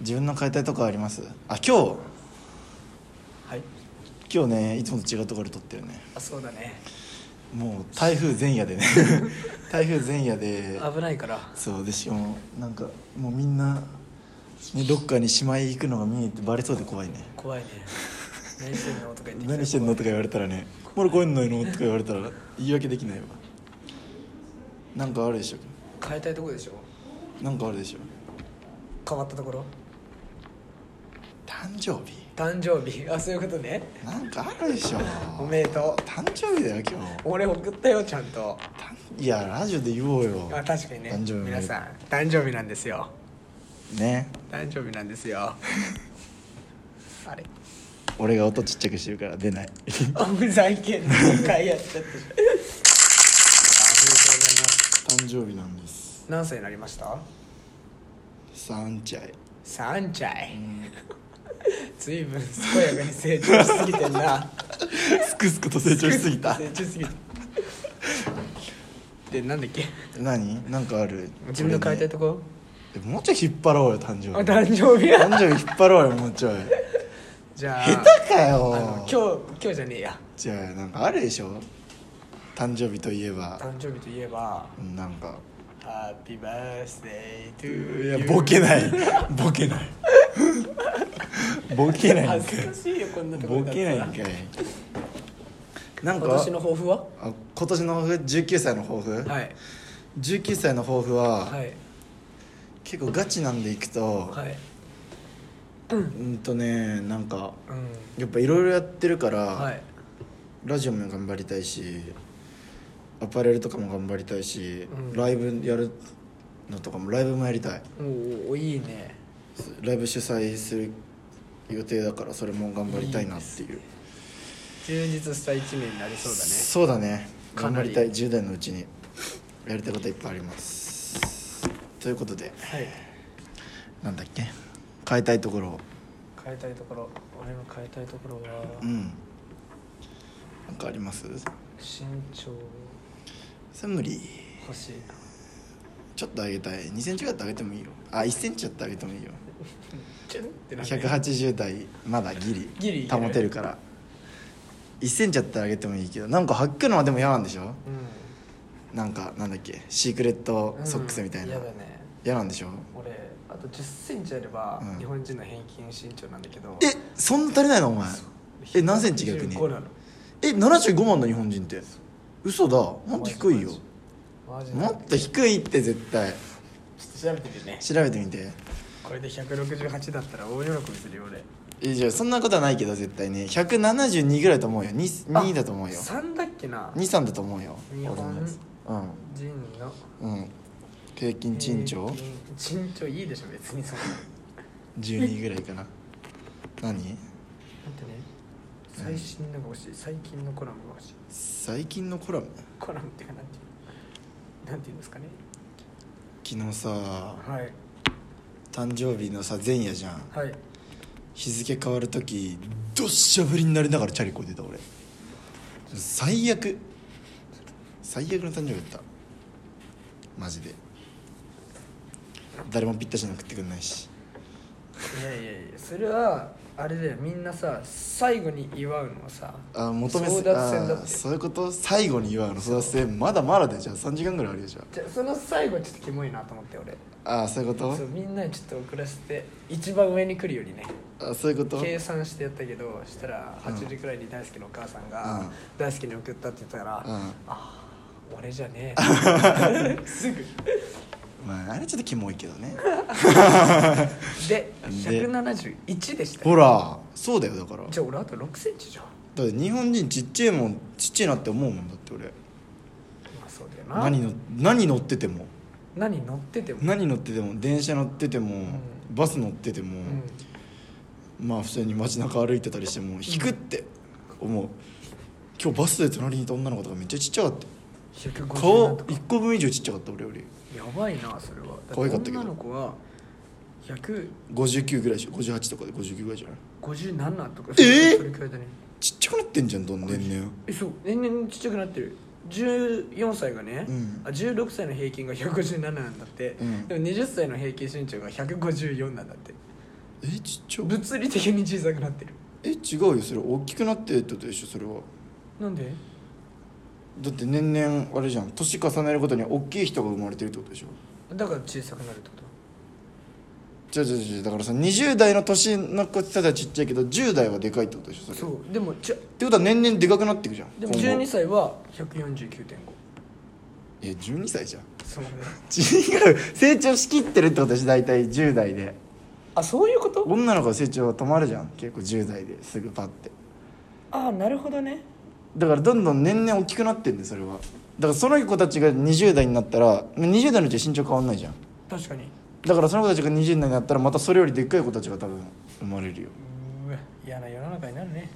自分の変えたいとこありますあ今日はい今日ねいつもと違うところで撮ってるねあそうだねもう台風前夜 でね台風前夜で危ないからそうでしかもなんかもうみんな、ね、どっかにしまい行くのが見えてバレそうで怖いね怖い ね何してんのとか言ってきたら何してんのとか言われたらね「まだ帰んないの?」とか言われたら言い訳できないわなんかあるでしょ変えたいとこでしょなんかあるでしょ変わったところ誕生日誕生日あそういうことねなんかあるでしょおめでと誕生日だよ今日う俺送ったよちゃんとたんいやラジオで言おうよあ確かにね誕生日おめでとう皆さん誕生日なんですよね誕生日なんで すよあれ俺が音ちっちゃくしてるから出ないあふざけんな回やっちゃったじゃんありがとうございます誕生日なんです何歳になりました3歳3歳 ずいぶん健やかに成長しすぎてんなすくすくと成長しすぎた成長しすぎたでなんだっけ何なんかある自分の変えたいとこ、俺ねもうちょい引っ張ろうよ誕生あ日誕誕生日や生日引っ張ろうよもうちょいじゃあ下手かあよの今日今日じゃねえやじゃあなんかあるでしょ誕生日といえば誕生日といえばなんか「ハッピーバースデートゥいーやボケない ボケないボケないん恥かずいかしいよこんなとこボケないんだかったいらなんか今年の抱負はあ今年の抱負19歳の抱負、はい19歳の抱負は、はい結構ガチなんでいくと、はいうんとねなんかうんやっぱいろいろやってるから、はいラジオも頑張りたいしアパレルとかも頑張りたいし、うんライブやるのとかもライブもやりたいおーおーいいねライブ主催する予定だからそれも頑張りたいなっていう充実した一年になりそうだねそうだねか頑な張りりたい10代のうちにやりたいこといっぱいありますということではいなんだっけ変えたいところを変えたいところ俺の変えたいところはうんなんかあります身長それ無理欲しいなちょっと上げたい2センチぐらいだって上げてもいいよあ1センチだって上げてもいいよちょってなんか180代まだギリギリいける保てるから1センチだったら上げてもいいけどなんか履くのはでも嫌なんでしょうんなんかなんだっけシークレットソックスみたいな、うん嫌だね嫌なんでしょ俺あと1 0ンチあれば、うん日本人の平均身長なんだけどえそんな足りないのお前え何センチ逆に185なのえ75万の日本人って嘘だもっと低いよマジでもっと低いって絶対ちょっと調べてみてね調べてみてこれで168だったら大喜びするよ俺えじゃあそんなことはないけど絶対ね172ぐらいだと思うよ 2, あ2だと思うよ3だっけな23だと思うよ日本俺のやつ人のうんうん平均身長平均身長いいでしょ別に そんなだ12ぐらいかな何ってね最新のが欲しい最近のコラムが欲しい最近のコラムコラムっていうかなんていうなんていうんですかね昨日さはい誕生日のさ前夜じゃんはい日付変わる時どっしゃぶりになりながらチャリこいでた俺最悪最悪の誕生日だったマジで誰もぴったしなの食ってくんないしいやいやいやそれはあれだよみんなさ最後に祝うのはさあ求め争奪戦だっあてそういうこと最後に言わの争奪戦まだまだでじゃあ3時間ぐらいあるよじゃじゃその最後ちょっとキモいなと思って俺ああそういうこそうみんなにちょっと遅らせて一番上に来るよりねとあそういうこと計算してやったけどしたら8時くらいに大好きのお母さんが、うん大好きに送ったって言ったから、うんああ俺じゃねえ すぐまああれちょっとキモいけどね でで171でしたほよらそうだよだからじゃあ俺あと6センチじゃんだって日本人ちっちゃいもんちっちゃいなって思うもんだって俺まあそうだよな何の何乗ってても何乗ってても、何乗ってても電車乗ってても、んバス乗ってても、うんまあ普通に街中歩いてたりしても引くって思う今日バスで隣にいた女の子とかめっちゃちっちゃかった150顔なんとか1個分以上ちっちゃかった俺よりやばいなそれはだて可愛かったけど女の子は59ぐらいでしょ58とかで59ぐらいじゃない157とかえーそれくらいだねちっちゃくなってんじゃんどんどん年々えそう年々ちっちゃくなってる14歳がね、うんあ16歳の平均が157なんだって、うんでも20歳の平均身長が154なんだってえちっちゃ物理的に小さくなってるえ違うよそれ大きくなってってことでしょそれはなんでだって年々あれじゃん年重ねることに大きい人が生まれてるってことでしょだから小さくなるってこじゃじゃじゃだからさ20代の年の子ってたらちっちゃいけど10代はでかいってことでしょそとれそうでもちゃってことは年々でかくなっていくじゃんでも今後12歳は149.5え12歳じゃんそうね違う成長しきってるってことでしょ大体10代であそういうこと女の子は成長は止まるじゃん結構10代ですぐパッてああなるほどねだからどんどん年々大きくなってんでそれはだからその子たちが20代になったら20代のうちは身長変わんないじゃん確かにだからその子たちが20代になったらまたそれよりでっかい子たちが多分生まれるようーわ嫌な世の中になるね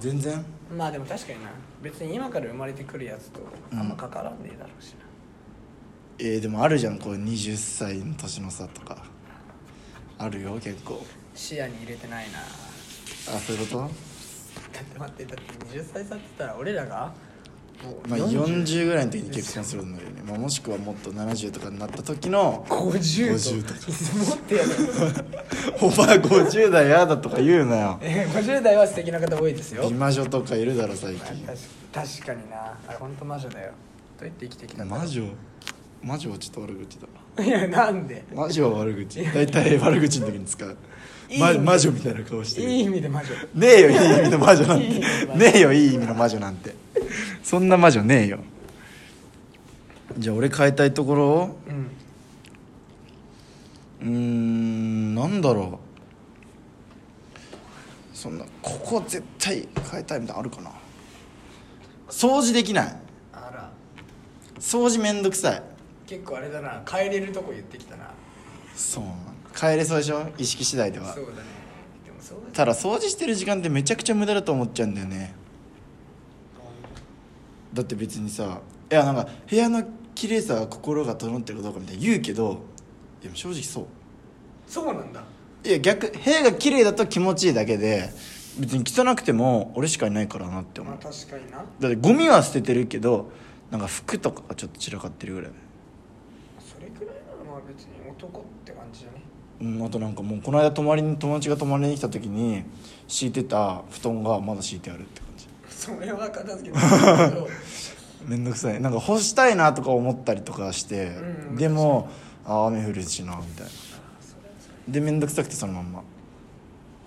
全然まあでも確かにな別に今から生まれてくるやつとあんま関わらんでいいだろうしな、えー、でもあるじゃんこう20歳の年の差とかあるよ結構視野に入れてないなあそういうこだって待ってだって20歳差って言ったら俺らがもと、まあ、40ぐらいの時に結婚するんだよね、まあ、もしくはもっと70とかになった時の 50 50とと 持ってやる「お前50代やだ」とか言うなよえ50代は素敵な方多いですよ美魔女とかいるだろ最まあ近確確かになあれ本当魔女だよどうやって生きてきたんだろ魔う女魔女はちょっと悪口だいやなんで魔女は悪口大体悪口の時に使ういいまね魔女みたいな顔しているい意味で魔女ねえよいい意味の魔女なんていい意味の魔女ねえよいい意味の魔女なんてそんな魔女ねえよじゃあ俺変えたいところうーうんんなんだろうそんなここ絶対変えたいみたいなのあるかな掃除できないあら掃除めんどくさい結構あれだな帰れるとこ言ってきたなそうなん帰れそうでしょ意識次第ではそうだねでもそうだただ掃除してる時間ってめちゃくちゃ無駄だと思っちゃうんだよねだって別にさいやなんか部屋の綺麗さは心が整ってるかどうかみたいに言うけどいや正直そそうなんだういや逆部屋が綺麗だと気持ちいいだけで別に汚くても俺しかいないからなって思まあう確かになだってゴミは捨ててるけどなんか服とかがちょっと散らかってるぐらいそれくらいならまあ別に男って感じじゃね うんあとなんかもうこの間泊まりに友達が泊まりに来た時に敷いてた布団がまだ敷いてあるって感じそれは片付けない けどめんどくさいなんか干したいなとか思ったりとかして、うんでもあ雨降るしなみたいなでめんどくさくてそのまんま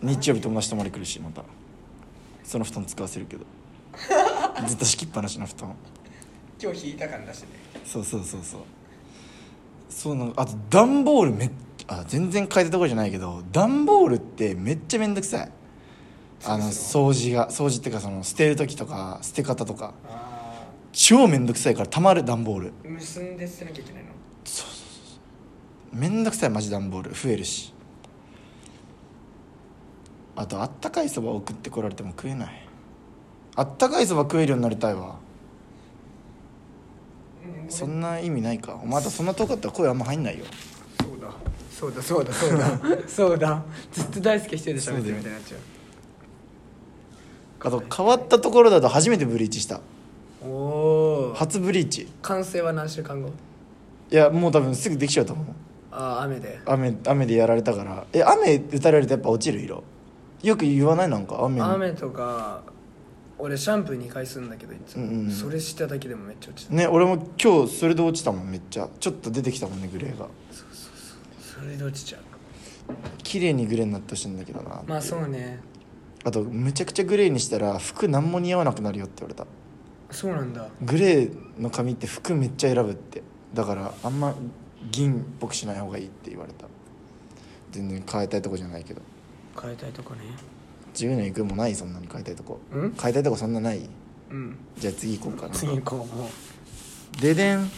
日曜日友達泊まり来るしまたその布団使わせる けどずっと敷きっぱなしの布団今日引いた感出してねそうそうそうそうそうなのあと段ボールめっあ全然変えたところじゃないけど段ボールってめっちゃめんどくさいあのそ掃除が掃除っていうかその捨てる時とか捨て方とかあ超めんどくさいからたまる段ボールあ結んで捨てなきゃいけないのめんどくさいマジ段ボール増えるしあとあったかいそば送ってこられても食えないあったかいそば食えるようになりたいわうんそんな意味ないかお前あとそんな遠かったら声あんま入んないよそうだそうだそうだそ うだそうだずっと大輔一人で喋ってるみたいになっちゃうあと変わったところだと初めてブリーチしたおおー初ブリーチ完成は何週間後いやもう多分すぐできちゃうと思うああ雨で雨雨でやられたからえ雨打たれるとやっぱ落ちる色よく言わないなんか雨に雨とか俺シャンプー2回するんだけどいつも、うんうんうんそれしただけでもめっちゃ落ちたね俺も今日それで落ちたもんめっちゃちょっと出てきたもんねグレーがそれで落ちちゃう綺麗にグレーになってほしいんだけどなまあそうねあとめちゃくちゃグレーにしたら服何も似合わなくなるよって言われたそうなんだグレーの髪って服めっちゃ選ぶってだからあんま銀っぽくしない方がいいって言われた全然変えたいとこじゃないけど変えたいとこね10年いくもないそんなに変えたいとこうん変えたいとこそんなないうんじゃあ次行こうかな次行こうもうででん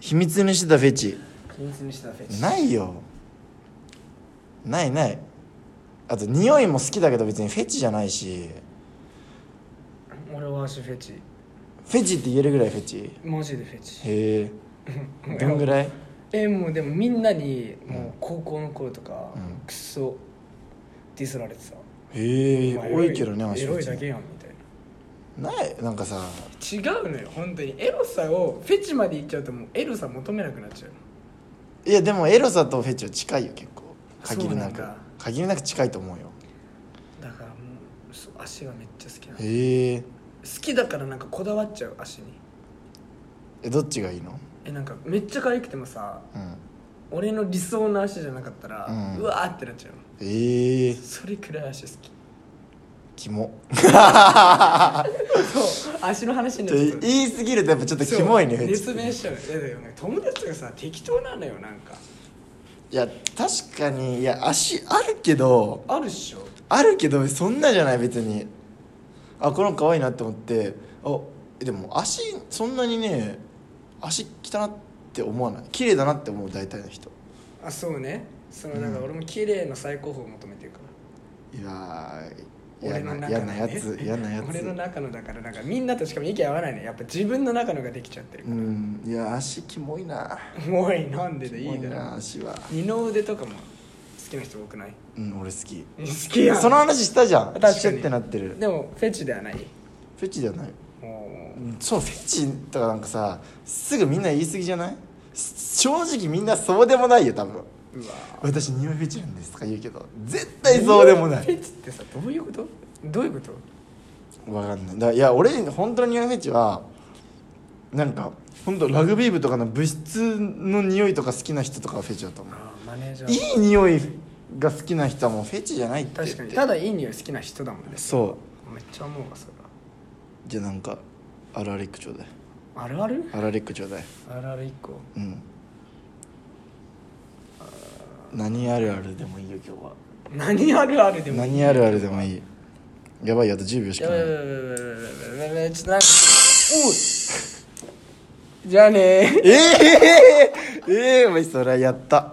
秘密にしてたフェチ秘密にしたフェチないよないないあと匂いも好きだけど別にフェチじゃないし俺は足フェチフェチって言えるぐらいフェチへマジでフェチえどんぐらいえもうでもみんなにもう高校の頃とか、うんくそディスられてさへえお前エ多ロいけどね足エフロいェチだけやんみたいなないなんかさ違うのよ本当にエロさをフェチまでいっちゃうともうエロさ求めなくなっちゃういやでもエロさとフェチは近いよ結構限りなそうくんだ限りなく近いと思うよだからもうそう足がめっちゃ好きなの好へえきだからなんかこだわっちゃう足にえどっちがいいのえなんかめっちゃ可愛くてもさうん俺の理想の足じゃなかったら、ううんわーってなっちゃうのええー、それくらい足好きキモそう 足の話になっちゃう言いすぎるとやっぱちょっとキモいねそう熱弁しちゃういやだよね友達がさ適当なのよなんかいや確かにいや足あるけどあるっしょあるけどそんなじゃない別にあこの子可愛いなって思ってあでも足そんなにね足汚って思わない綺麗だなって思う大体の人あそうねそのなんかうん俺も綺麗の最高峰を求めてるからいやー俺嫌のな中嫌の、なね、やつ嫌なや俺のつ中のだからなんかみんなとしかも意見合わないねやっぱ自分の中のができちゃってるう、んいや足キモいなもういなんででキいモいだなろ足は二の腕とかも好きな人多くないうん俺好き好きやんその話したじゃん確かにシュってなってるでもフェチではないフェチじゃないもうんそうフェチとかなんかさすぐみんな言い過ぎじゃないす正直みんなそうでもないよ多分ううわ私匂いフェチなんですとか言うけど絶対そうでもなフいェチってさどういうことどういうことわかんないだからいや俺本当の匂いフェチはなんか本当ラグビー部とかの部室の匂いとか好きな人とかはフェチだと思うああマネージャーいい匂いが好きな人はもうフェチじゃないって言って確かにただいい匂い好きな人だもんねそうめっちゃ思うわそれじゃあなんかアラレックちょうだいはあるあるアラレックちょうだいあるある一個うん何あるあるでもいいよ今日は何あるあるでもいい何あるあるでもいいやばいあと10秒しやかばないいやばいやばいやばいやばいやばいやばいやばいちょっとなんかおいじゃあねーええええお前それはやった